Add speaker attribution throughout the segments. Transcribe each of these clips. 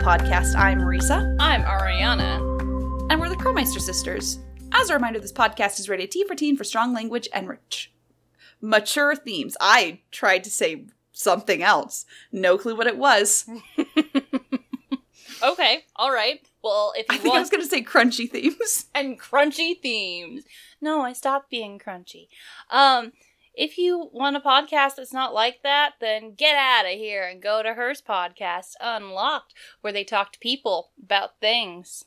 Speaker 1: podcast. I'm Marisa,
Speaker 2: I'm Ariana.
Speaker 1: and we're the Crowmeister sisters. As a reminder, this podcast is rated T for teen for strong language and rich, mature themes. I tried to say something else. No clue what it was.
Speaker 2: Okay, all right. Well, if
Speaker 1: I
Speaker 2: you
Speaker 1: think I
Speaker 2: want
Speaker 1: was going to say crunchy themes.
Speaker 2: and crunchy themes. No, I stopped being crunchy. Um, if you want a podcast that's not like that, then get out of here and go to hers podcast Unlocked, where they talk to people about things.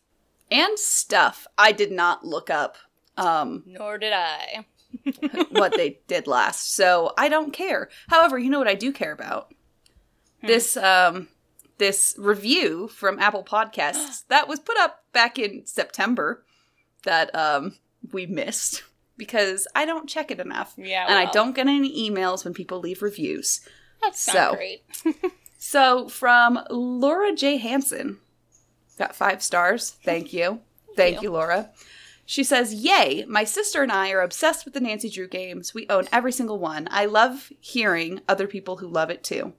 Speaker 1: And stuff I did not look up um,
Speaker 2: Nor did I.
Speaker 1: what they did last, so I don't care. However, you know what I do care about?
Speaker 2: Hmm.
Speaker 1: This um, this review from Apple Podcasts that was put up back in September that um, we missed because I don't check it enough.
Speaker 2: Yeah,
Speaker 1: And I
Speaker 2: well,
Speaker 1: don't get any emails when people leave reviews.
Speaker 2: That's
Speaker 1: so.
Speaker 2: not great.
Speaker 1: So from Laura J. Hansen, got five stars. Thank you. Thank
Speaker 2: you.
Speaker 1: you, Laura. She says, Yay, my sister and I are obsessed with the Nancy Drew games. We own every single one. I love hearing other people who love it too.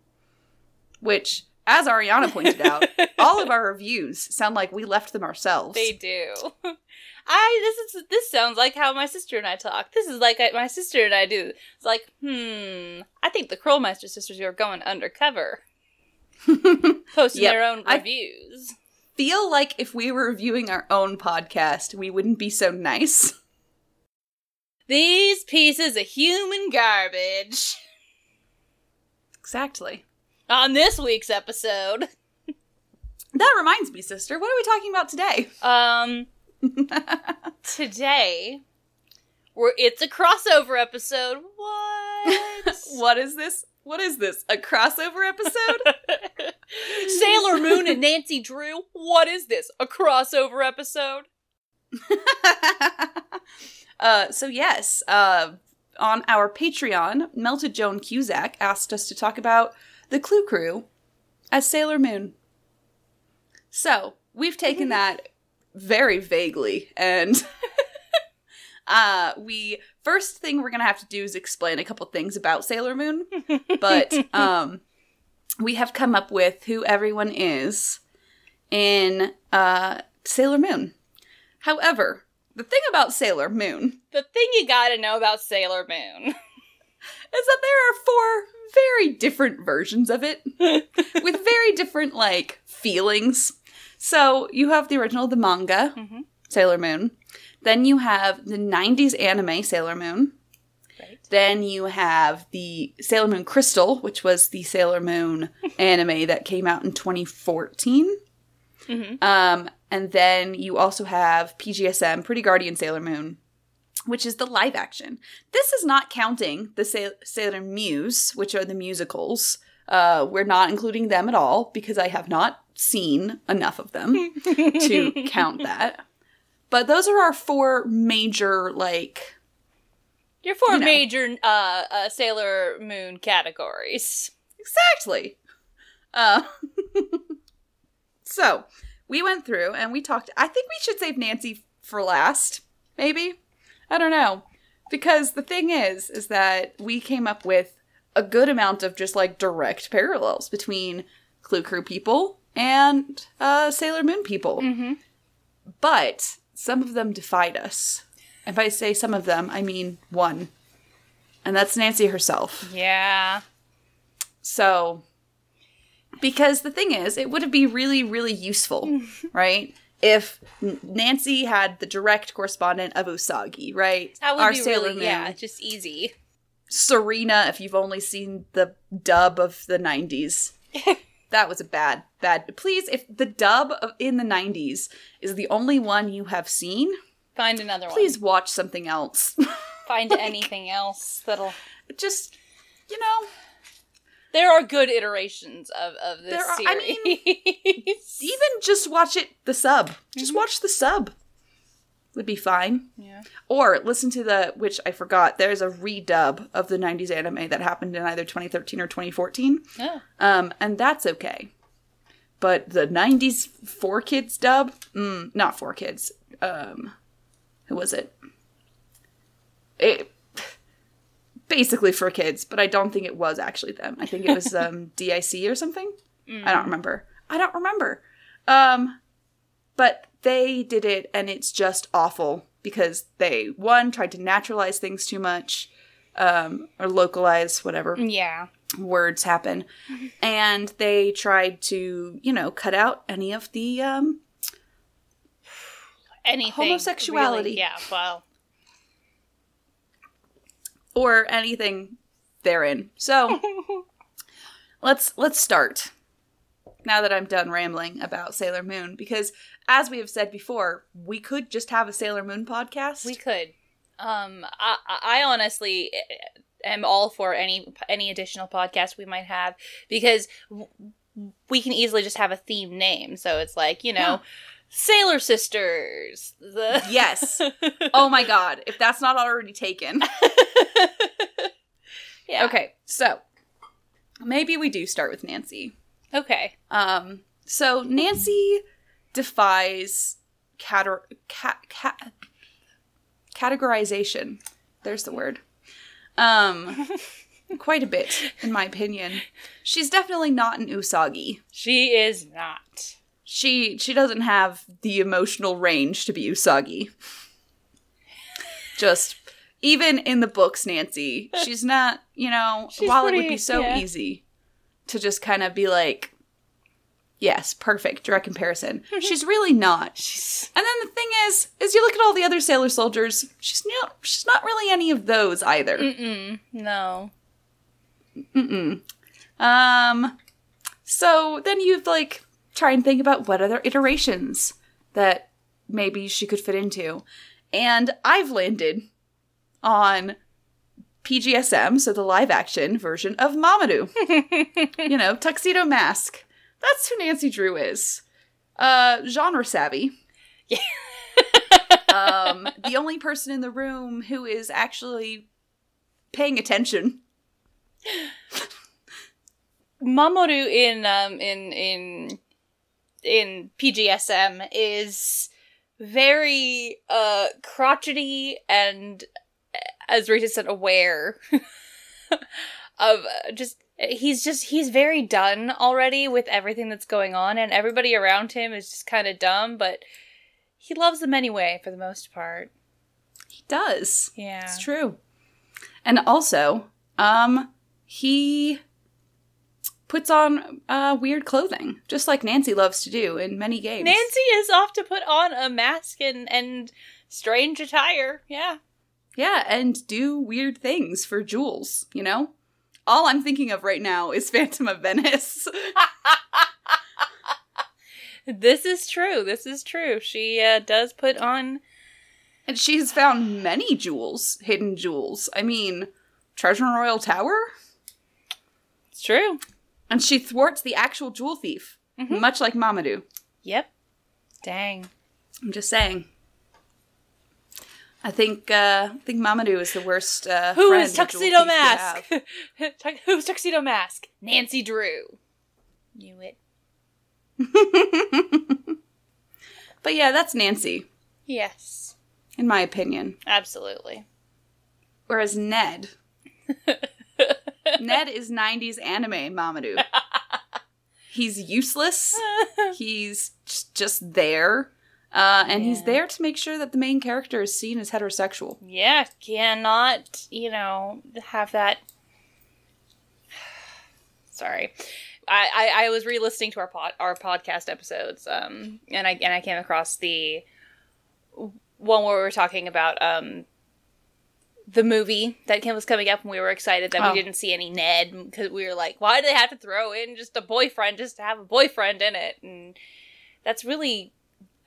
Speaker 1: Which, as Ariana pointed out, all of our reviews sound like we left them ourselves.
Speaker 2: They do. I this is this sounds like how my sister and I talk. This is like I, my sister and I do. It's like, hmm, I think the Krollmeister sisters are going undercover, posting
Speaker 1: Yep.
Speaker 2: their own
Speaker 1: I-
Speaker 2: reviews.
Speaker 1: Feel like if we were reviewing our own podcast, we wouldn't be so nice.
Speaker 2: These pieces of human garbage.
Speaker 1: Exactly.
Speaker 2: On this week's episode,
Speaker 1: That reminds me, sister, what are we talking about today?
Speaker 2: um, today, we're it's a crossover episode. What?
Speaker 1: What is this? What is this? A crossover episode?
Speaker 2: Sailor Moon and Nancy Drew. What is this? A crossover episode?
Speaker 1: uh, so yes, uh, on our Patreon, Melted Joan Cusack asked us to talk about the Clue Crew as Sailor Moon. So we've taken that very vaguely, and uh, we first thing we're gonna have to do is explain a couple things about Sailor Moon, but um, we have come up with who everyone is in uh, Sailor Moon. However, the thing about Sailor Moon
Speaker 2: The thing you gotta know about Sailor Moon.
Speaker 1: is that there are four very different versions of it with very different like feelings. So you have the original, the manga
Speaker 2: Mhm.
Speaker 1: Sailor Moon. Then you have the '90s anime Sailor Moon.
Speaker 2: Right.
Speaker 1: Then you have the Sailor Moon Crystal, which was the Sailor Moon anime that came out in 2014.
Speaker 2: Mhm.
Speaker 1: Um, and then you also have PGSM, Pretty Guardian Sailor Moon, which is the live action. This is not counting the Sa- Sailor Muse, which are the musicals. Uh, we're not including them at all because I have not seen enough of them to count that. But those are our four major, like,
Speaker 2: Your four
Speaker 1: You know.
Speaker 2: major uh, uh, Sailor Moon categories.
Speaker 1: exactly. Uh, so we went through and we talked. I think we should save Nancy for last, maybe. I don't know. Because the thing is, is that we came up with a good amount of just like direct parallels between Clue Crew people and uh, Sailor Moon people.
Speaker 2: Mhm.
Speaker 1: But some of them defied us. If I say some of them, I mean one. And that's Nancy herself.
Speaker 2: Yeah.
Speaker 1: So, because the thing is, it would be really, really useful, right? If N- Nancy had the direct correspondent of Usagi, right?
Speaker 2: That would
Speaker 1: Our
Speaker 2: be
Speaker 1: Sailor
Speaker 2: really,
Speaker 1: Moon.
Speaker 2: yeah, just easy.
Speaker 1: Serena, if you've only seen the dub of the 90s. that was a bad, bad. Please, if the dub of, in the 90s is the only one you have seen,
Speaker 2: Find another
Speaker 1: please watch something else.
Speaker 2: one. Find anything else that'll.
Speaker 1: Just, you know,
Speaker 2: There are good iterations of, of this
Speaker 1: There are-
Speaker 2: series.
Speaker 1: I even just watch it, the sub. Just
Speaker 2: Mm-hmm.
Speaker 1: watch the sub. Would be fine.
Speaker 2: yeah.
Speaker 1: Or listen to the, which I forgot, there's a redub of the 90s anime that happened in either 2013 or 2014.
Speaker 2: Oh.
Speaker 1: Um, and that's okay. But the 90s 4 kids dub, mm, not 4 kids. Um, who was it? It basically for kids, but I don't think it was actually them. I think it was um, DIC or something. I don't remember. I don't remember. Um, but they did it, and it's just awful because they one tried to naturalize things too much, um, or localize whatever
Speaker 2: Yeah.
Speaker 1: words happen, and they tried to you know cut out any of the um,
Speaker 2: Anything.
Speaker 1: Homosexuality.
Speaker 2: really. yeah. Well.
Speaker 1: or anything therein. So let's let's start. Now that I'm done rambling about Sailor Moon, because as we have said before, we could just have a Sailor Moon podcast.
Speaker 2: We could. Um, I, I I honestly eh, am all for any any additional podcast we might have because w- we can easily just have a theme name. So it's like you know,
Speaker 1: Yeah.
Speaker 2: Sailor Sisters. The
Speaker 1: yes. Oh my god, if that's not already taken.
Speaker 2: yeah.
Speaker 1: Okay, so maybe we do start with Nancy.
Speaker 2: Okay.
Speaker 1: Um, so Nancy defies cater- ca- ca- categorization. There's the word. Um, quite a bit, in my opinion. She's definitely not an Usagi.
Speaker 2: She is not.
Speaker 1: She she doesn't have the emotional range to be Usagi. Just even in the books, Nancy, she's not. You know,
Speaker 2: She's
Speaker 1: while it would
Speaker 2: pretty-
Speaker 1: be so
Speaker 2: yeah.
Speaker 1: easy to just kind of be like, yes, perfect direct comparison.
Speaker 2: Mm-hmm.
Speaker 1: she's really not.
Speaker 2: She's
Speaker 1: And then the thing is, is you look at all the other sailor soldiers. She's not. She's not really any of those either.
Speaker 2: mm-mm, no.
Speaker 1: Mm-mm. Um. So then you'd like try and think about what other iterations that maybe she could fit into, and I've landed on PGSM, so the live action version of Mamadou. you know, tuxedo mask. That's who Nancy Drew is. Uh, genre savvy.
Speaker 2: Yeah.
Speaker 1: um, the only person in the room who is actually paying attention.
Speaker 2: Mamoru in um in in in PGSM is very uh crotchety and uh, as Rita said aware of uh, just he's just he's very done already with everything that's going on and everybody around him is just kind of dumb but he loves them anyway for the most part.
Speaker 1: He does.
Speaker 2: Yeah.
Speaker 1: It's true. And also, um, he puts on uh, weird clothing, just like Nancy loves to do in many games.
Speaker 2: Nancy is off to put on a mask and and strange attire. Yeah.
Speaker 1: Yeah, and do weird things for Jules, you know? All I'm thinking of right now is Phantom of Venice.
Speaker 2: This is true. This is true. She uh, does put on.
Speaker 1: and she's found many jewels, hidden jewels. I mean, Treasure in Royal Tower?
Speaker 2: It's true.
Speaker 1: And she thwarts the actual jewel thief,
Speaker 2: Mhm.
Speaker 1: much like Mamadou.
Speaker 2: Yep. Dang.
Speaker 1: I'm just saying. I think uh, I think Mamadou is the worst. Uh,
Speaker 2: Who
Speaker 1: friend
Speaker 2: is
Speaker 1: a jewel thief
Speaker 2: tuxedo
Speaker 1: could have.
Speaker 2: mask? Tux- Who's tuxedo mask? Nancy Drew. Knew it.
Speaker 1: But yeah, that's Nancy,
Speaker 2: Yes.
Speaker 1: in my opinion.
Speaker 2: Absolutely.
Speaker 1: Whereas Ned, Ned is '90s anime Mamadou. He's useless. He's j- just there, uh, and he's
Speaker 2: Yeah.
Speaker 1: there to make sure that the main character is seen as heterosexual.
Speaker 2: yeah. Cannot. You know. Have that. Sorry. I, I, I was re-listening to our pod, our podcast episodes, um, and I and I came across the one where we were talking about um, the movie that Kim was coming up, and we were excited that
Speaker 1: Oh.
Speaker 2: we didn't see any Ned because we were like, why do they have to throw in just a boyfriend just to have a boyfriend in it? And that's really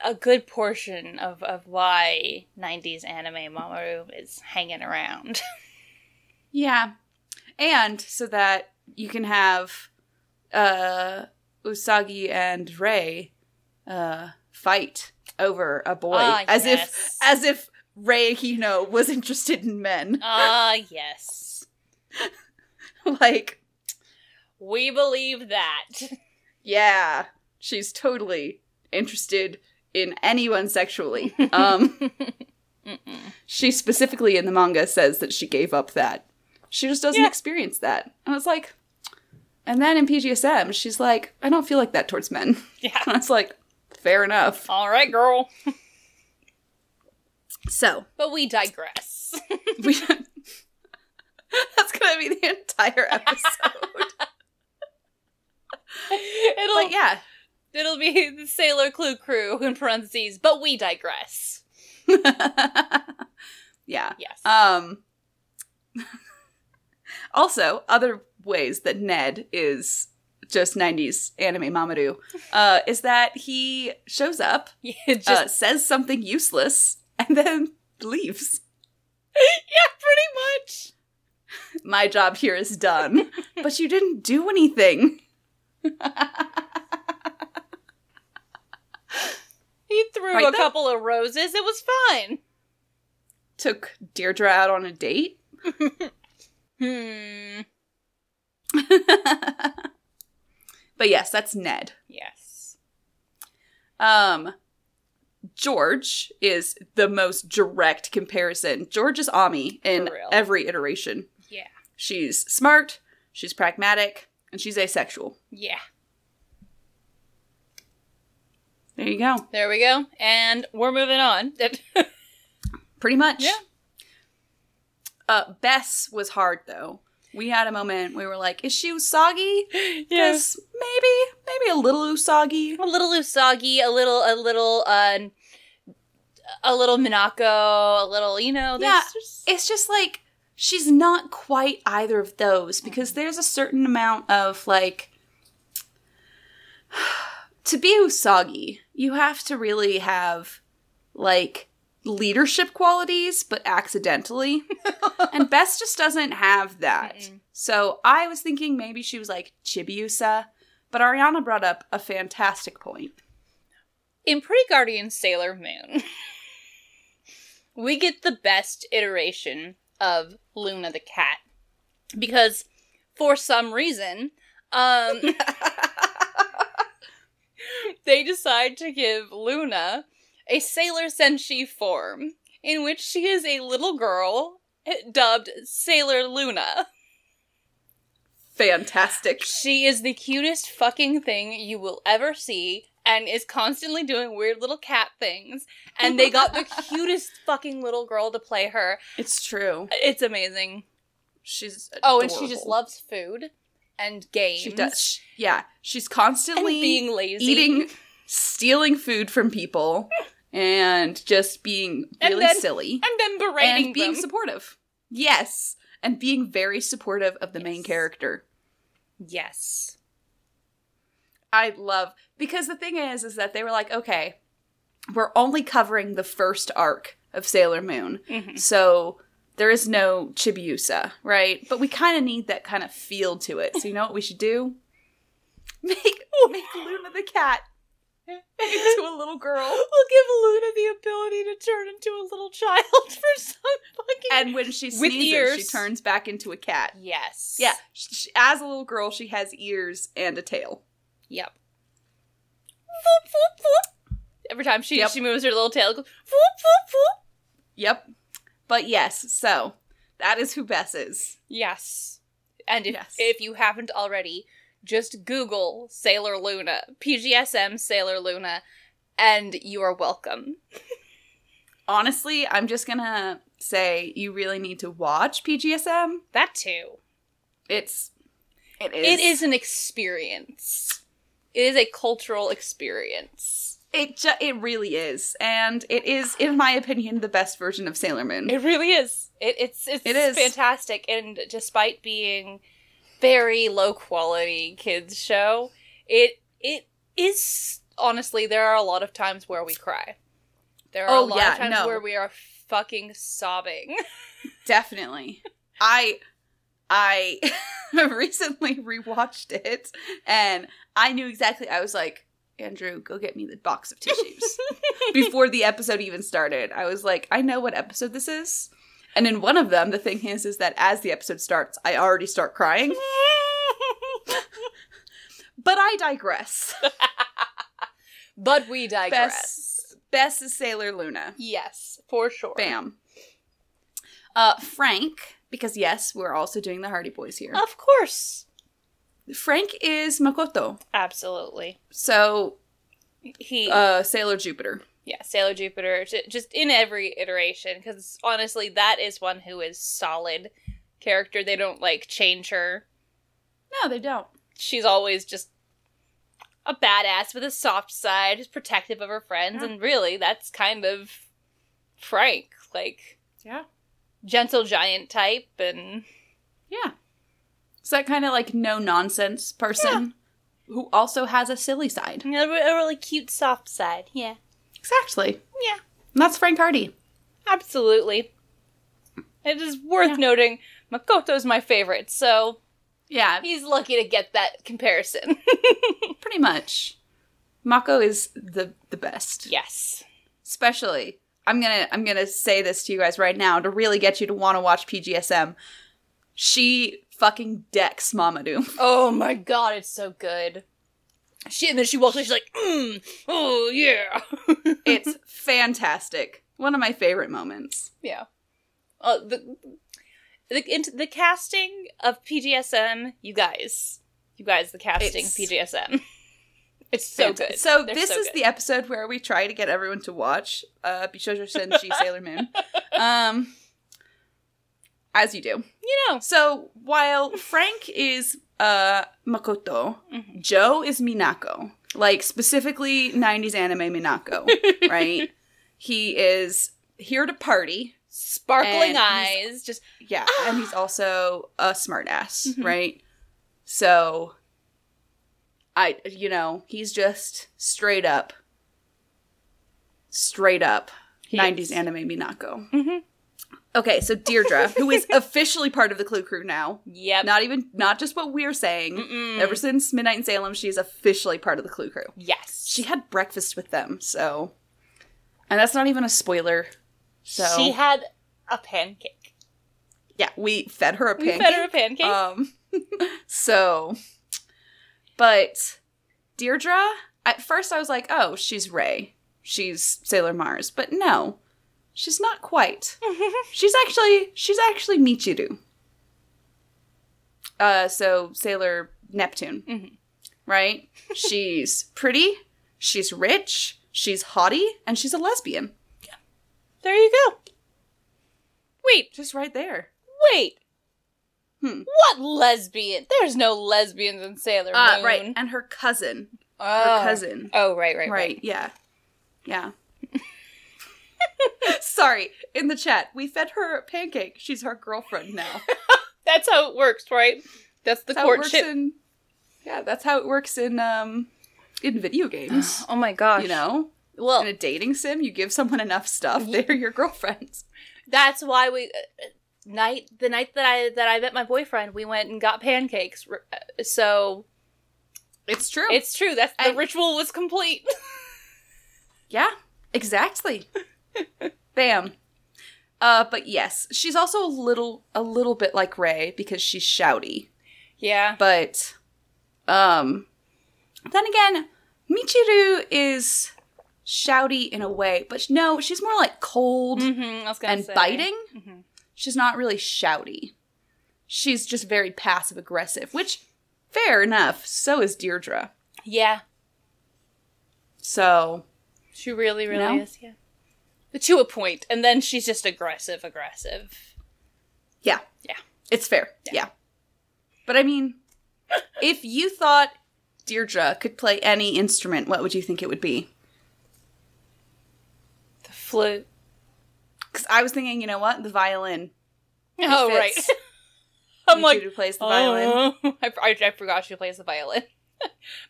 Speaker 2: a good portion of, of why 90s anime Mamoru is hanging around.
Speaker 1: Yeah. And so that you can have uh Usagi and Rei uh fight over a boy
Speaker 2: Ah,
Speaker 1: as
Speaker 2: yes.
Speaker 1: if as if Rei Hino was interested in men.
Speaker 2: Ah, yes.
Speaker 1: like,
Speaker 2: We believe that.
Speaker 1: yeah, she's totally interested in anyone sexually. Um
Speaker 2: Mm-mm.
Speaker 1: she specifically in the manga says that she gave up that. She just doesn't
Speaker 2: Yeah.
Speaker 1: experience that. And it's like and then in PGSM, she's like, I don't feel like that towards men.
Speaker 2: Yeah.
Speaker 1: And it's like, Fair enough.
Speaker 2: All right, girl.
Speaker 1: So
Speaker 2: But we digress.
Speaker 1: we that's gonna be the entire episode.
Speaker 2: it'll
Speaker 1: but yeah,
Speaker 2: it'll be the Sailor Clue crew in parentheses. But we digress.
Speaker 1: yeah.
Speaker 2: Yes.
Speaker 1: Um. also, other ways that Ned is just '90s anime Mamoru uh, is that he shows up,
Speaker 2: yeah, just,
Speaker 1: uh, says something useless, and then leaves.
Speaker 2: yeah, pretty much.
Speaker 1: My job here is done, but you didn't do anything.
Speaker 2: He threw
Speaker 1: Right there.
Speaker 2: a couple of roses. It was fine.
Speaker 1: Took Deirdre out on a date.
Speaker 2: Hmm.
Speaker 1: but yes, that's Ned.
Speaker 2: Yes.
Speaker 1: Um, George is the most direct comparison. George is Ami in
Speaker 2: For real.
Speaker 1: every iteration.
Speaker 2: Yeah.
Speaker 1: She's smart, she's pragmatic, and she's asexual.
Speaker 2: Yeah.
Speaker 1: There you go.
Speaker 2: There we go. And we're moving on.
Speaker 1: Pretty much.
Speaker 2: Yeah.
Speaker 1: Uh, Bess was hard though. We had a moment we were like, is she Usagi? Yes. Maybe, maybe a little Usagi.
Speaker 2: a little Usagi, a little, a little, uh, a little Minako, a little, you know, there's,
Speaker 1: Yeah.
Speaker 2: there's-
Speaker 1: it's just like she's not quite either of those because
Speaker 2: Mm-hmm.
Speaker 1: there's a certain amount of like to be usagi you have to really have like leadership qualities but accidentally and bess just doesn't have that
Speaker 2: Mm-mm.
Speaker 1: so i was thinking maybe she was like chibiusa but ariana brought up a fantastic point
Speaker 2: in Pretty Guardian Sailor Moon, we get the best iteration of Luna the cat because for some reason, um, they decide to give Luna a Sailor Senshi form in which she is a little girl eh, dubbed Sailor Luna.
Speaker 1: fantastic
Speaker 2: She is the cutest fucking thing you will ever see and is constantly doing weird little cat things. And they got the cutest fucking little girl to play her.
Speaker 1: it's true
Speaker 2: It's amazing.
Speaker 1: she's
Speaker 2: Oh, and she just
Speaker 1: adorable.
Speaker 2: loves food and games.
Speaker 1: She does. Sh- Yeah, she's
Speaker 2: And
Speaker 1: constantly
Speaker 2: being lazy.
Speaker 1: eating, stealing food from people, and just being
Speaker 2: And
Speaker 1: really
Speaker 2: then
Speaker 1: silly
Speaker 2: And then berating
Speaker 1: and being
Speaker 2: them.
Speaker 1: supportive. Yes, and being very supportive of the main
Speaker 2: Yes.
Speaker 1: character.
Speaker 2: yes.
Speaker 1: I love because the thing is, is that they were like, okay, we're only covering the first arc of Sailor Moon,
Speaker 2: Mhm.
Speaker 1: so. There is no Chibiusa, right? But we kind of need that kind of feel to it. So you know what we should do? Make make Luna the cat into a little girl.
Speaker 2: We'll give Luna the ability to turn into a little child for some fucking.
Speaker 1: And when she
Speaker 2: With
Speaker 1: sneezes, she
Speaker 2: ears.
Speaker 1: turns back into a cat.
Speaker 2: yes.
Speaker 1: Yeah, sh sh as a little girl, she has ears and a tail.
Speaker 2: Yep. Whoop, whoop, whoop. Every time she
Speaker 1: Yep.
Speaker 2: she moves her little tail, it goes whoop whoop whoop.
Speaker 1: Yep. But yes, so that is who Bess is.
Speaker 2: Yes. And if
Speaker 1: Yes.
Speaker 2: if you haven't already, just Google Sailor Luna, PGSM Sailor Luna, and you are welcome.
Speaker 1: Honestly, I'm just gonna say you really need to watch PGSM.
Speaker 2: That too.
Speaker 1: It's it is
Speaker 2: It is an experience. It is a cultural experience.
Speaker 1: it ju- it really is, and it is, in my opinion, the best version of Sailor Moon.
Speaker 2: It really is. It, it's it's
Speaker 1: It is.
Speaker 2: fantastic. And despite being very low quality kids show, it it is honestly there are a lot of times where we cry. There are
Speaker 1: Oh,
Speaker 2: a lot
Speaker 1: yeah,
Speaker 2: of times
Speaker 1: no.
Speaker 2: where we are fucking sobbing.
Speaker 1: Definitely. I I recently rewatched it and I knew exactly I was like, Andrew, go get me the box of tissues. Before the episode even started, I was like, I know what episode this is. And in one of them, the thing is is that as the episode starts, I already start crying. But I digress.
Speaker 2: but we digress.
Speaker 1: Bess is Sailor Luna.
Speaker 2: Yes, for sure.
Speaker 1: Bam. Uh Frank, because yes, we're also doing the Hardy Boys here.
Speaker 2: Of course.
Speaker 1: Frank is Makoto.
Speaker 2: Absolutely.
Speaker 1: So
Speaker 2: He,
Speaker 1: Uh, Sailor Jupiter.
Speaker 2: yeah, Sailor Jupiter, j- just in every iteration, because honestly, that is one who is solid character. They don't like change her.
Speaker 1: No, they don't.
Speaker 2: She's always just a badass with a soft side, just protective of her friends,
Speaker 1: Yeah.
Speaker 2: and really, that's kind of Frank, like
Speaker 1: Yeah.
Speaker 2: gentle giant type, and
Speaker 1: Yeah. It's that kind of like no nonsense person who also has a silly side.
Speaker 2: a, re- a really cute soft side. Yeah,
Speaker 1: Exactly.
Speaker 2: Yeah.
Speaker 1: And that's Frank Hardy.
Speaker 2: absolutely. It is worth
Speaker 1: Yeah.
Speaker 2: noting Makoto's my favorite, so
Speaker 1: Yeah,
Speaker 2: he's lucky to get that comparison.
Speaker 1: pretty much. Mako is the the best.
Speaker 2: yes.
Speaker 1: Especially, I'm gonna I'm gonna say this to you guys right now to really get you to want to watch PGSM. She fucking decks Mamadou.
Speaker 2: Oh my god, it's so good. She and then she walks in, she's like, mm, oh yeah.
Speaker 1: it's fantastic. One of my favorite moments.
Speaker 2: yeah. Uh, the the into the casting of PGSM, you guys, you guys, the casting
Speaker 1: It's-
Speaker 2: PGSM, it's so
Speaker 1: Fanta-
Speaker 2: good.
Speaker 1: So
Speaker 2: They're
Speaker 1: this is
Speaker 2: good.
Speaker 1: the episode where we try to get everyone to watch uh Bishoujo Senshi Sailor Moon. Um as you do.
Speaker 2: you know.
Speaker 1: So while Frank is uh Makoto,
Speaker 2: Mhm.
Speaker 1: Joe is Minako. Like specifically 90s anime Minako, right? He is here to party.
Speaker 2: Sparkling
Speaker 1: And he's-
Speaker 2: eyes, just
Speaker 1: Yeah, and he's also a smartass,
Speaker 2: Mhm.
Speaker 1: right? So I you know, he's just straight up straight up 90s anime Minako.
Speaker 2: Mhm.
Speaker 1: Okay, so Deirdre, who is officially part of the Clue Crew now,
Speaker 2: Yep.
Speaker 1: not even not just what we're saying.
Speaker 2: Mm-mm.
Speaker 1: Ever since Midnight in Salem, she's officially part of the Clue Crew.
Speaker 2: yes.
Speaker 1: She had breakfast with them, so and that's not even a spoiler. So
Speaker 2: she had a pancake.
Speaker 1: yeah, we fed her a
Speaker 2: We
Speaker 1: pancake.
Speaker 2: fed her a pancake.
Speaker 1: Um, so, but Deirdre, at first I was like, oh, she's Ray. She's Sailor Mars. But no, she's not quite. she's actually, she's actually Michiru. Uh, so Sailor Neptune,
Speaker 2: Mhm.
Speaker 1: right? she's pretty, she's rich, she's haughty, and she's a lesbian.
Speaker 2: there you go. Wait,
Speaker 1: Just right there.
Speaker 2: Wait.
Speaker 1: Hmm.
Speaker 2: What lesbian? There's no lesbians in Sailor Moon.
Speaker 1: Uh, right, and her cousin, her
Speaker 2: Oh.
Speaker 1: cousin.
Speaker 2: Oh, right, right,
Speaker 1: right,
Speaker 2: right.
Speaker 1: yeah yeah sorry in the chat we fed her a pancake she's our girlfriend now
Speaker 2: That's how it works, right? That's the
Speaker 1: That's how it works
Speaker 2: courtship.
Speaker 1: in yeah that's how it works in um in video games
Speaker 2: oh my gosh.
Speaker 1: you know
Speaker 2: Well,
Speaker 1: in a dating sim you give someone enough stuff they're your girlfriends
Speaker 2: that's why we uh, uh, night the night that I that I met my boyfriend, we went and got pancakes. R- uh, So,
Speaker 1: it's true
Speaker 2: it's true. That's the
Speaker 1: Oh. And-
Speaker 2: ritual was complete.
Speaker 1: yeah exactly bam uh but yes she's also a little a little bit like ray because she's shouty
Speaker 2: yeah.
Speaker 1: But um then again, Michiru is shouty in a way, but no, she's more like cold
Speaker 2: Mhm, I was gonna
Speaker 1: and
Speaker 2: say.
Speaker 1: biting.
Speaker 2: Mhm.
Speaker 1: She's not really shouty. She's just very passive aggressive, which fair enough. So is Deirdre.
Speaker 2: Yeah.
Speaker 1: So
Speaker 2: She really,
Speaker 1: You
Speaker 2: really
Speaker 1: know?
Speaker 2: is. Yeah. To a point, and then she's just aggressive, aggressive.
Speaker 1: yeah.
Speaker 2: Yeah.
Speaker 1: It's fair.
Speaker 2: Yeah.
Speaker 1: Yeah. But I mean, if you thought Deirdre could play any instrument, what would you think it would be?
Speaker 2: The flute.
Speaker 1: Because I was thinking, you know what? The violin. It
Speaker 2: Oh right.
Speaker 1: fits.
Speaker 2: I'm like
Speaker 1: Michiru plays the violin.
Speaker 2: oh. I, I, I forgot she plays the violin.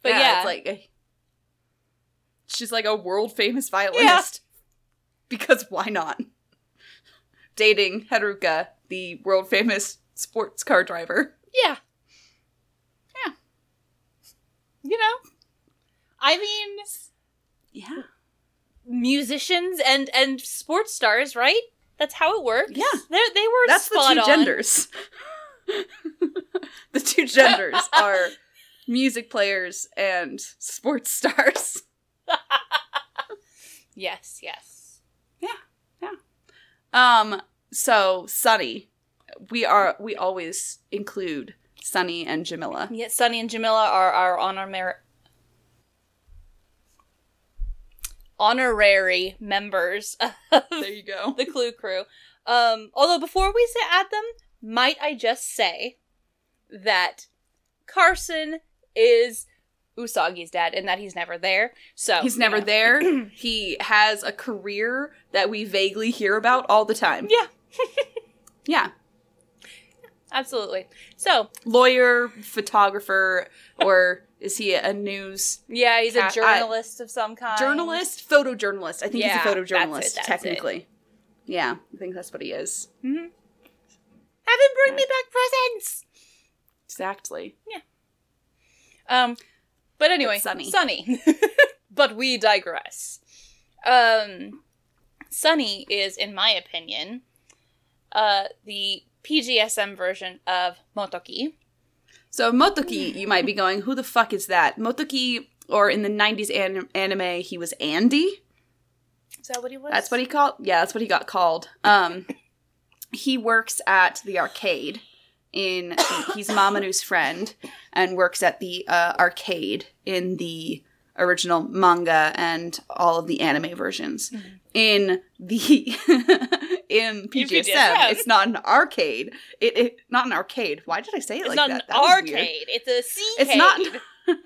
Speaker 2: but yeah,
Speaker 1: it's like a- she's like a world famous violinist. Because why not? Dating Haruka, the world famous sports car driver.
Speaker 2: yeah,
Speaker 1: Yeah.
Speaker 2: You know, I mean,
Speaker 1: Yeah.
Speaker 2: musicians and and sports stars, right? That's how it works.
Speaker 1: Yeah.
Speaker 2: they they were
Speaker 1: That's the
Speaker 2: spot
Speaker 1: two
Speaker 2: on.
Speaker 1: genders. the two genders are music players and sports stars.
Speaker 2: Yes, yes.
Speaker 1: Um so Sunny, we are we always include Sunny and Jamila.
Speaker 2: Yet Sonny and Jamila are are on our mer- honorary members of
Speaker 1: There you go.
Speaker 2: the Clue Crew. Um, although before we say add them, might I just say that Carson is Usagi's dad, and that he's never there. So
Speaker 1: He's
Speaker 2: you
Speaker 1: never
Speaker 2: know.
Speaker 1: there. he has a career that we vaguely hear about all the time.
Speaker 2: Yeah.
Speaker 1: Yeah.
Speaker 2: Absolutely. So
Speaker 1: Lawyer, photographer, or is he a news
Speaker 2: yeah, he's
Speaker 1: Ca- I-
Speaker 2: a journalist of some kind.
Speaker 1: journalist? Photojournalist. I think
Speaker 2: Um, Yeah,
Speaker 1: he's a
Speaker 2: that's it,
Speaker 1: photojournalist,
Speaker 2: that's it.
Speaker 1: technically. Yeah, I think that's what he is.
Speaker 2: Mhm. Have him bring me back presents.
Speaker 1: Exactly.
Speaker 2: Um, but anyway,
Speaker 1: But Sunny.
Speaker 2: Sunny. but we digress. Um, Sunny is, in my opinion, uh, the PGSM version of Motoki.
Speaker 1: So Motoki, you might be going, who the fuck is that? Motoki, or in the 90s an- anime, he was Andy.
Speaker 2: Is that what he was?
Speaker 1: That's what he called. Yeah, that's what he got called. Um, he works at the arcade. In he's Mamanu's friend and works at the uh, arcade in the original manga and all of the anime versions.
Speaker 2: Mhm.
Speaker 1: In the in PGSM,
Speaker 2: PGSM.
Speaker 1: it's not an arcade. It, it not an arcade. Why did I say it
Speaker 2: It's
Speaker 1: like
Speaker 2: not
Speaker 1: that?
Speaker 2: an
Speaker 1: That was weird.
Speaker 2: arcade. It's a Oh, C.
Speaker 1: It's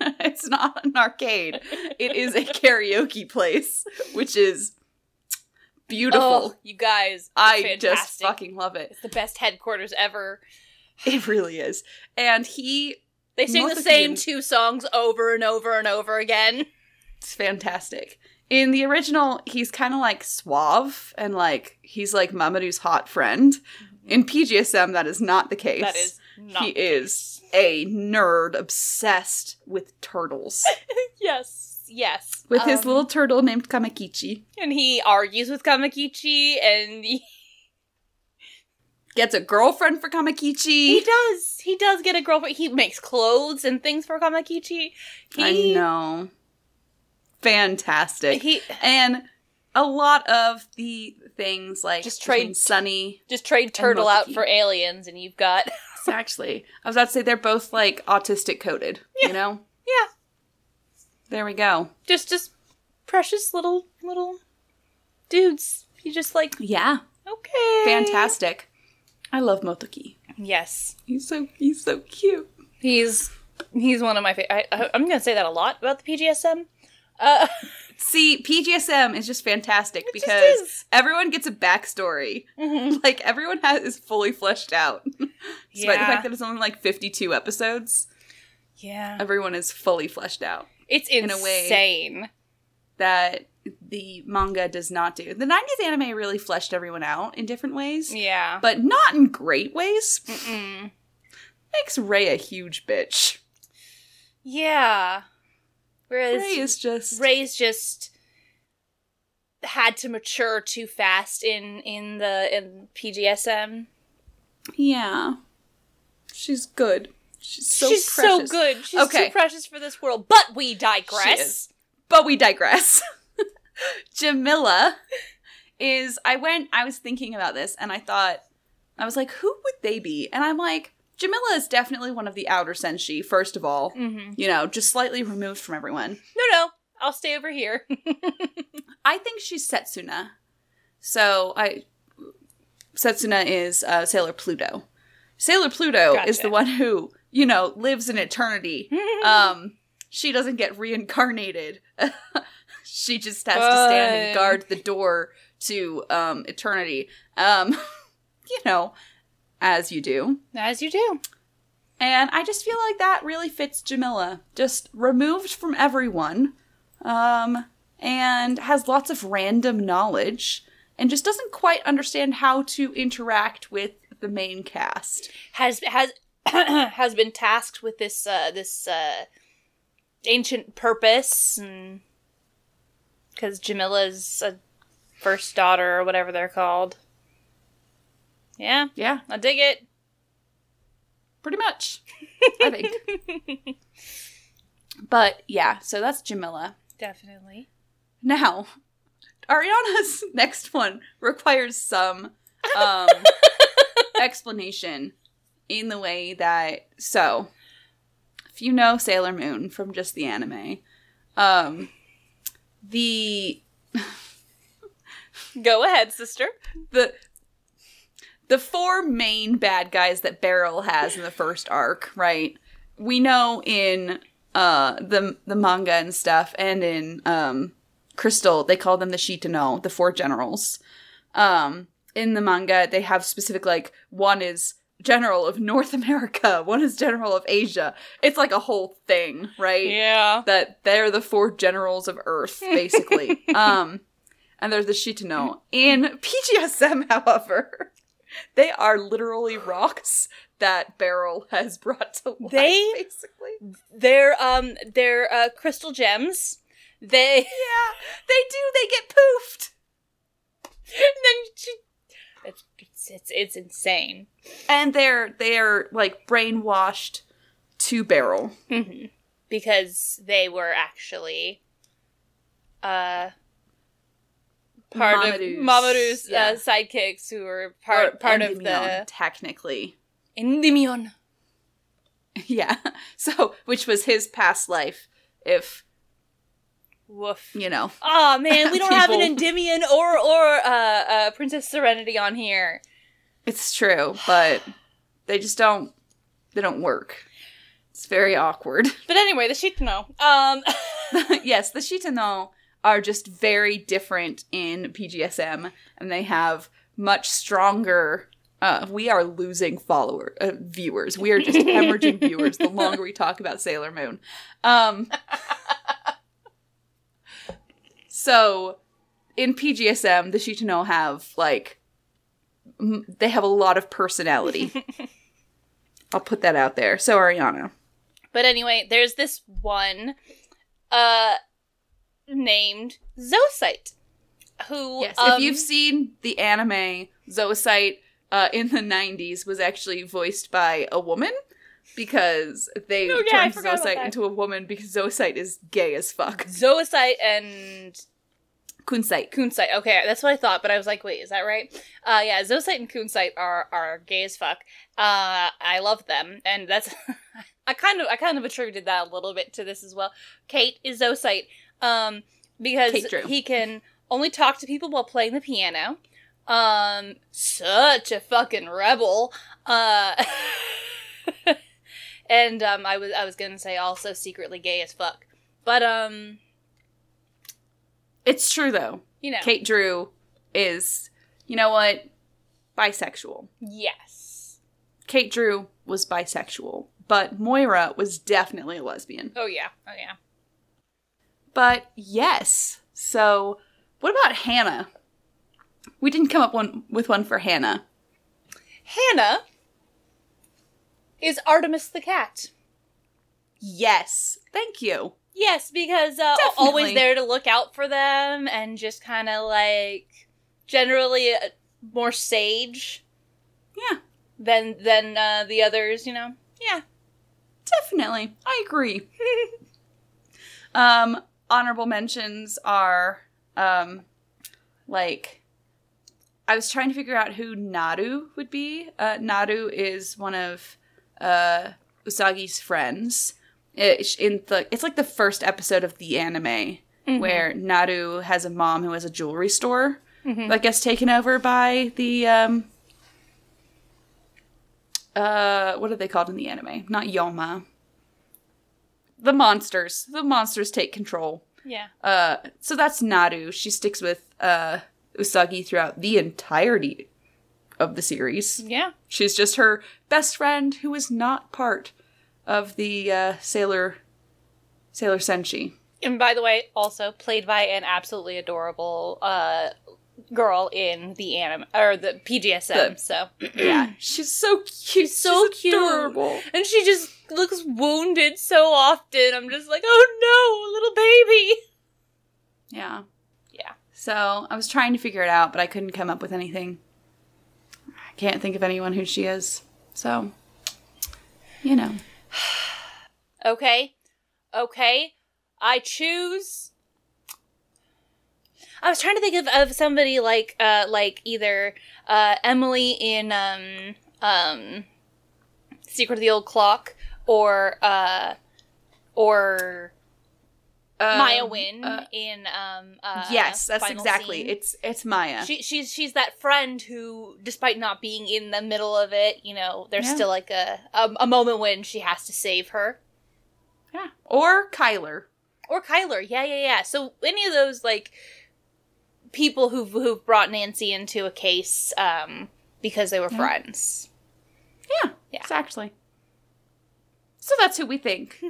Speaker 1: not. it's not an arcade. It is a karaoke place, which is beautiful.
Speaker 2: Oh, you guys.
Speaker 1: I just
Speaker 2: fantastic.
Speaker 1: fucking love it.
Speaker 2: It's the best headquarters ever.
Speaker 1: It really is. And he,
Speaker 2: They sing the
Speaker 1: Motoki
Speaker 2: same
Speaker 1: and-
Speaker 2: two songs over and over and over again.
Speaker 1: it's fantastic. In the original, he's kind of like suave and like he's like Mamadou's hot friend. In PGSM, that is not the case.
Speaker 2: Mm-hmm. That is not.
Speaker 1: he is a nerd obsessed with turtles,
Speaker 2: Yes. Yes.
Speaker 1: with his
Speaker 2: Um,
Speaker 1: little turtle named Kamakichi.
Speaker 2: And he argues with Kamakichi, and he,
Speaker 1: Gets a girlfriend for Kamakichi.
Speaker 2: he does. He does get a girlfriend. He makes clothes and things for Kamakichi.
Speaker 1: I
Speaker 2: He,
Speaker 1: know. Fantastic.
Speaker 2: He
Speaker 1: and a lot of the things like
Speaker 2: Just trade-
Speaker 1: between Sunny.
Speaker 2: just trade turtle out
Speaker 1: Motoki.
Speaker 2: for aliens, and you've got
Speaker 1: Actually, I was about to say they're both like autistic coded. You know.
Speaker 2: Yeah.
Speaker 1: There we go.
Speaker 2: just just precious little little dudes. You just like
Speaker 1: Yeah.
Speaker 2: okay,
Speaker 1: Fantastic. I love Motoki.
Speaker 2: Yes,
Speaker 1: He's so he's so cute.
Speaker 2: he's he's one of my favorite. I'm gonna say that a lot about the PGSM. Uh,
Speaker 1: See, PGSM is just fantastic
Speaker 2: just
Speaker 1: because
Speaker 2: is.
Speaker 1: everyone gets a backstory.
Speaker 2: mhm.
Speaker 1: Like everyone has is fully fleshed out. Despite the
Speaker 2: Yeah.
Speaker 1: fact that it's only like 52 episodes,
Speaker 2: yeah,
Speaker 1: everyone is fully fleshed out.
Speaker 2: it's
Speaker 1: in a way-
Speaker 2: insane.
Speaker 1: that the manga does not do. The 90s anime really fleshed everyone out in different ways,
Speaker 2: Yeah. Mm.
Speaker 1: but not in great ways.
Speaker 2: Mm-mm.
Speaker 1: Makes Ray a huge bitch.
Speaker 2: Yeah. Whereas
Speaker 1: Ray is just
Speaker 2: Ray's just had to mature too fast in in the in PGSM.
Speaker 1: yeah. She's good. She's so
Speaker 2: She's
Speaker 1: precious.
Speaker 2: so good. She's
Speaker 1: Okay.
Speaker 2: too precious for this world. But we digress.
Speaker 1: is. But we digress. Jamila is I went I was thinking about this and I thought I was like who would they be? And I'm like Jamila is definitely one of the outer senshi first of all.
Speaker 2: Mm-hmm.
Speaker 1: You know, just slightly removed from everyone.
Speaker 2: No, no. I'll stay over here.
Speaker 1: I think she's Setsuna. So I Setsuna is uh, Sailor Pluto. Sailor Pluto is
Speaker 2: Gotcha.
Speaker 1: the one who, you know, lives in eternity. um, she doesn't get reincarnated. she just has to stand and
Speaker 2: Fun.
Speaker 1: guard the door to um, eternity. Um, you know, as you do.
Speaker 2: As you do.
Speaker 1: And I just feel like that really fits Jamila. Just removed from everyone, um, and has lots of random knowledge, and just doesn't quite understand how to interact with the main cast.
Speaker 2: Has has has been tasked with this uh this uh ancient purpose and cuz Jamila's a first daughter or whatever they're called. Yeah.
Speaker 1: Yeah,
Speaker 2: I dig it.
Speaker 1: pretty much. I think. But yeah, so that's Jamila.
Speaker 2: Definitely.
Speaker 1: Now, Ariana's next one requires some um, explanation in the way that so if you know Sailor Moon from just the anime, um, the
Speaker 2: Go ahead, sister.
Speaker 1: the the four main bad guys that Beryl has in the first arc, right? We know in uh the the manga and stuff and in um Crystal, they call them the Shitano, the four generals. Um in the manga they have specific like one is general of North America, one is general of Asia. It's like a whole thing, right?
Speaker 2: Yeah.
Speaker 1: that they're the four generals of Earth, basically. um, and they're the Shitano. In PGSM, however, they are literally rocks that Beryl has brought to life.
Speaker 2: They-
Speaker 1: basically,
Speaker 2: They're um they're uh crystal gems. They
Speaker 1: yeah, they do. They get poofed.
Speaker 2: and then she, it's, it's it's it's insane.
Speaker 1: And they're they're like brainwashed to Beryl.
Speaker 2: hmm Because they were actually uh part
Speaker 1: Mamoru's-
Speaker 2: of Mamoru's
Speaker 1: yeah.
Speaker 2: uh, sidekicks who were part
Speaker 1: Or
Speaker 2: part of
Speaker 1: Endymion,
Speaker 2: the
Speaker 1: technically.
Speaker 2: Endymion.
Speaker 1: Yeah. So, which was his past life, if
Speaker 2: Woof.
Speaker 1: you know.
Speaker 2: Oh man, we don't have an
Speaker 1: People.
Speaker 2: Endymion or or uh, uh, Princess Serenity on here.
Speaker 1: It's true, but they just don't they don't work. It's very awkward.
Speaker 2: But anyway, the sheet know. Um,
Speaker 1: yes, the Shitano are just very different in PGSM and they have much stronger uh, we are losing follower uh, viewers. We are just hemorrhaging viewers the longer we talk about Sailor Moon. Um, so in PGSM, the Shitano have like m- they have a lot of personality. I'll put that out there. So Ariana,
Speaker 2: but anyway, there's this one, uh, named Zoocyte, who
Speaker 1: yes,
Speaker 2: um,
Speaker 1: if you've seen the anime Zoocyte uh, in the '90s, was actually voiced by a woman because they
Speaker 2: Oh, yeah, I
Speaker 1: turned
Speaker 2: forgot about
Speaker 1: Zoocyte
Speaker 2: that.
Speaker 1: into a woman because Zoocyte is gay as fuck.
Speaker 2: Zoocyte and
Speaker 1: Kunsite.
Speaker 2: Coonsite. Okay, that's what I thought, but I was like, wait, is that right? Uh, yeah, Zoocyte and Coonsite are are gay as fuck. Uh, I love them, and that's I kind of I kind of attributed that a little bit to this as well. Kate is Zoocyte, um, because
Speaker 1: Kate Drew.
Speaker 2: he can only talk to people while playing the piano. Um, such a fucking rebel. Uh. And um, I was I was gonna say also secretly gay as fuck, but um,
Speaker 1: It's true though.
Speaker 2: you know,
Speaker 1: Kate Drew is, you know what, bisexual.
Speaker 2: yes,
Speaker 1: Kate Drew was bisexual, but Moira was definitely a lesbian.
Speaker 2: oh yeah, oh yeah.
Speaker 1: But yes, so what about Hannah? We didn't come up one with one for Hannah.
Speaker 2: Hannah is Artemis the cat.
Speaker 1: Yes, thank you.
Speaker 2: Yes, because uh,
Speaker 1: Definitely.
Speaker 2: always there to look out for them and just kind of like generally uh, more sage
Speaker 1: Yeah,
Speaker 2: than than uh, the others, you know. Yeah.
Speaker 1: definitely. I agree. um, honorable mentions are um, like I was trying to figure out who Naru would be. Uh, Naru is one of uh, Usagi's friends. It, in the it's like the first episode of the anime where Naru has a mom who has a jewelry store
Speaker 2: Mhm.
Speaker 1: that gets taken over by the um uh what are they called in the anime? Not Yoma. The monsters. The monsters take control.
Speaker 2: Yeah.
Speaker 1: Uh so that's Naru. She sticks with uh Usagi throughout the entirety of the series.
Speaker 2: Yeah.
Speaker 1: She's just her best friend who is not part of the uh Sailor Sailor Senshi.
Speaker 2: And by the way, also played by an absolutely adorable uh, girl in the anime or the PGSM.
Speaker 1: The-
Speaker 2: so
Speaker 1: yeah, she's so cute. She's
Speaker 2: so cute.
Speaker 1: Adorable.
Speaker 2: and she just looks wounded so often. I'm just like, oh no, little baby.
Speaker 1: Yeah.
Speaker 2: Yeah.
Speaker 1: So I was trying to figure it out, but I couldn't come up with anything. I can't think of anyone who she is. So, you know.
Speaker 2: Okay. Okay. I choose. I was trying to think of, of somebody like uh like either uh Emily in um um Secret of the Old Clock or uh or
Speaker 1: um,
Speaker 2: Maya Win
Speaker 1: uh,
Speaker 2: in um uh,
Speaker 1: yes, that's
Speaker 2: Final
Speaker 1: exactly.
Speaker 2: Scene.
Speaker 1: It's it's Maya.
Speaker 2: She, she's she's that friend who, despite not being in the middle of it, you know, there's
Speaker 1: Yeah.
Speaker 2: still like a, a a moment when she has to save her
Speaker 1: yeah. Or Kyler.
Speaker 2: or Kyler. Yeah, yeah, yeah. So any of those like people who've who've brought Nancy into a case um, because they were
Speaker 1: Yeah.
Speaker 2: friends.
Speaker 1: Yeah,
Speaker 2: Yeah.
Speaker 1: exactly. So that's who we think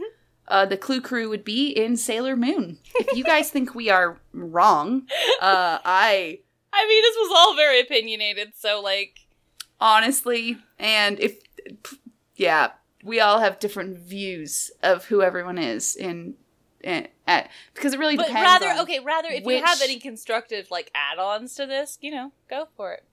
Speaker 1: uh, the Clue Crew would be in Sailor Moon. If you guys think we are wrong, uh, I
Speaker 2: I mean, this was all very opinionated. So like,
Speaker 1: honestly, and if yeah, we all have different views of who everyone is in, in at, because it really
Speaker 2: but
Speaker 1: depends.
Speaker 2: rather
Speaker 1: on-
Speaker 2: okay, rather if
Speaker 1: which-
Speaker 2: you have any constructive like add-ons to this, you know, go for it.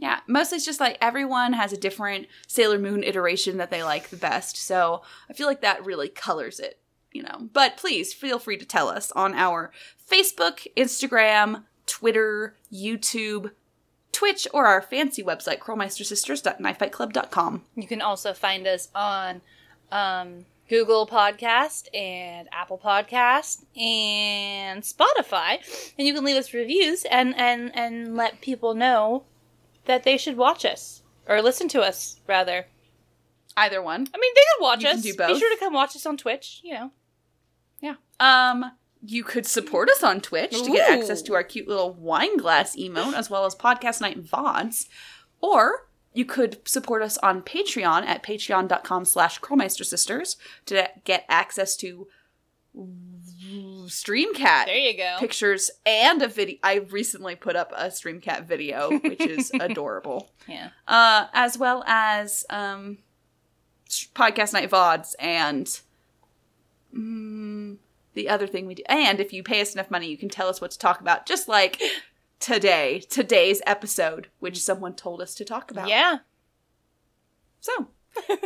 Speaker 1: Yeah, mostly it's just like everyone has a different Sailor Moon iteration that they like the best. So I feel like that really colors it, you know. But please feel free to tell us on our Facebook, Instagram, Twitter, YouTube, Twitch, or our fancy website, curlmeistersisters.knifefightclub.com.
Speaker 2: You can also find us on um, Google Podcast and Apple Podcast and Spotify, and you can leave us reviews and and and let people know that they should watch us or listen to us rather.
Speaker 1: Either one.
Speaker 2: I mean, they could watch
Speaker 1: You can
Speaker 2: us.
Speaker 1: do both.
Speaker 2: Be sure to come watch us on Twitch. You know,
Speaker 1: Yeah. Um, you could support us on Twitch to get
Speaker 2: Ooh.
Speaker 1: access to our cute little wine glass emote as well as podcast night VODs. Or you could support us on Patreon at patreon.com slash Curlmeister Sisters to get access to
Speaker 2: there
Speaker 1: Streamcat
Speaker 2: you go.
Speaker 1: pictures and a video. I recently put up a Streamcat video, which is adorable
Speaker 2: yeah,
Speaker 1: uh, as well as um, sh- podcast night vods and mm, the other thing we do. And if you pay us enough money, you can tell us what to talk about, just like today, today's episode, which someone told us to talk about.
Speaker 2: yeah.
Speaker 1: So,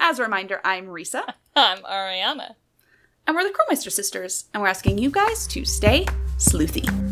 Speaker 1: as a reminder, I'm Risa,
Speaker 2: I'm Ariana.
Speaker 1: and we're the Crowmeister Sisters, and we're asking you guys to stay sleuthy.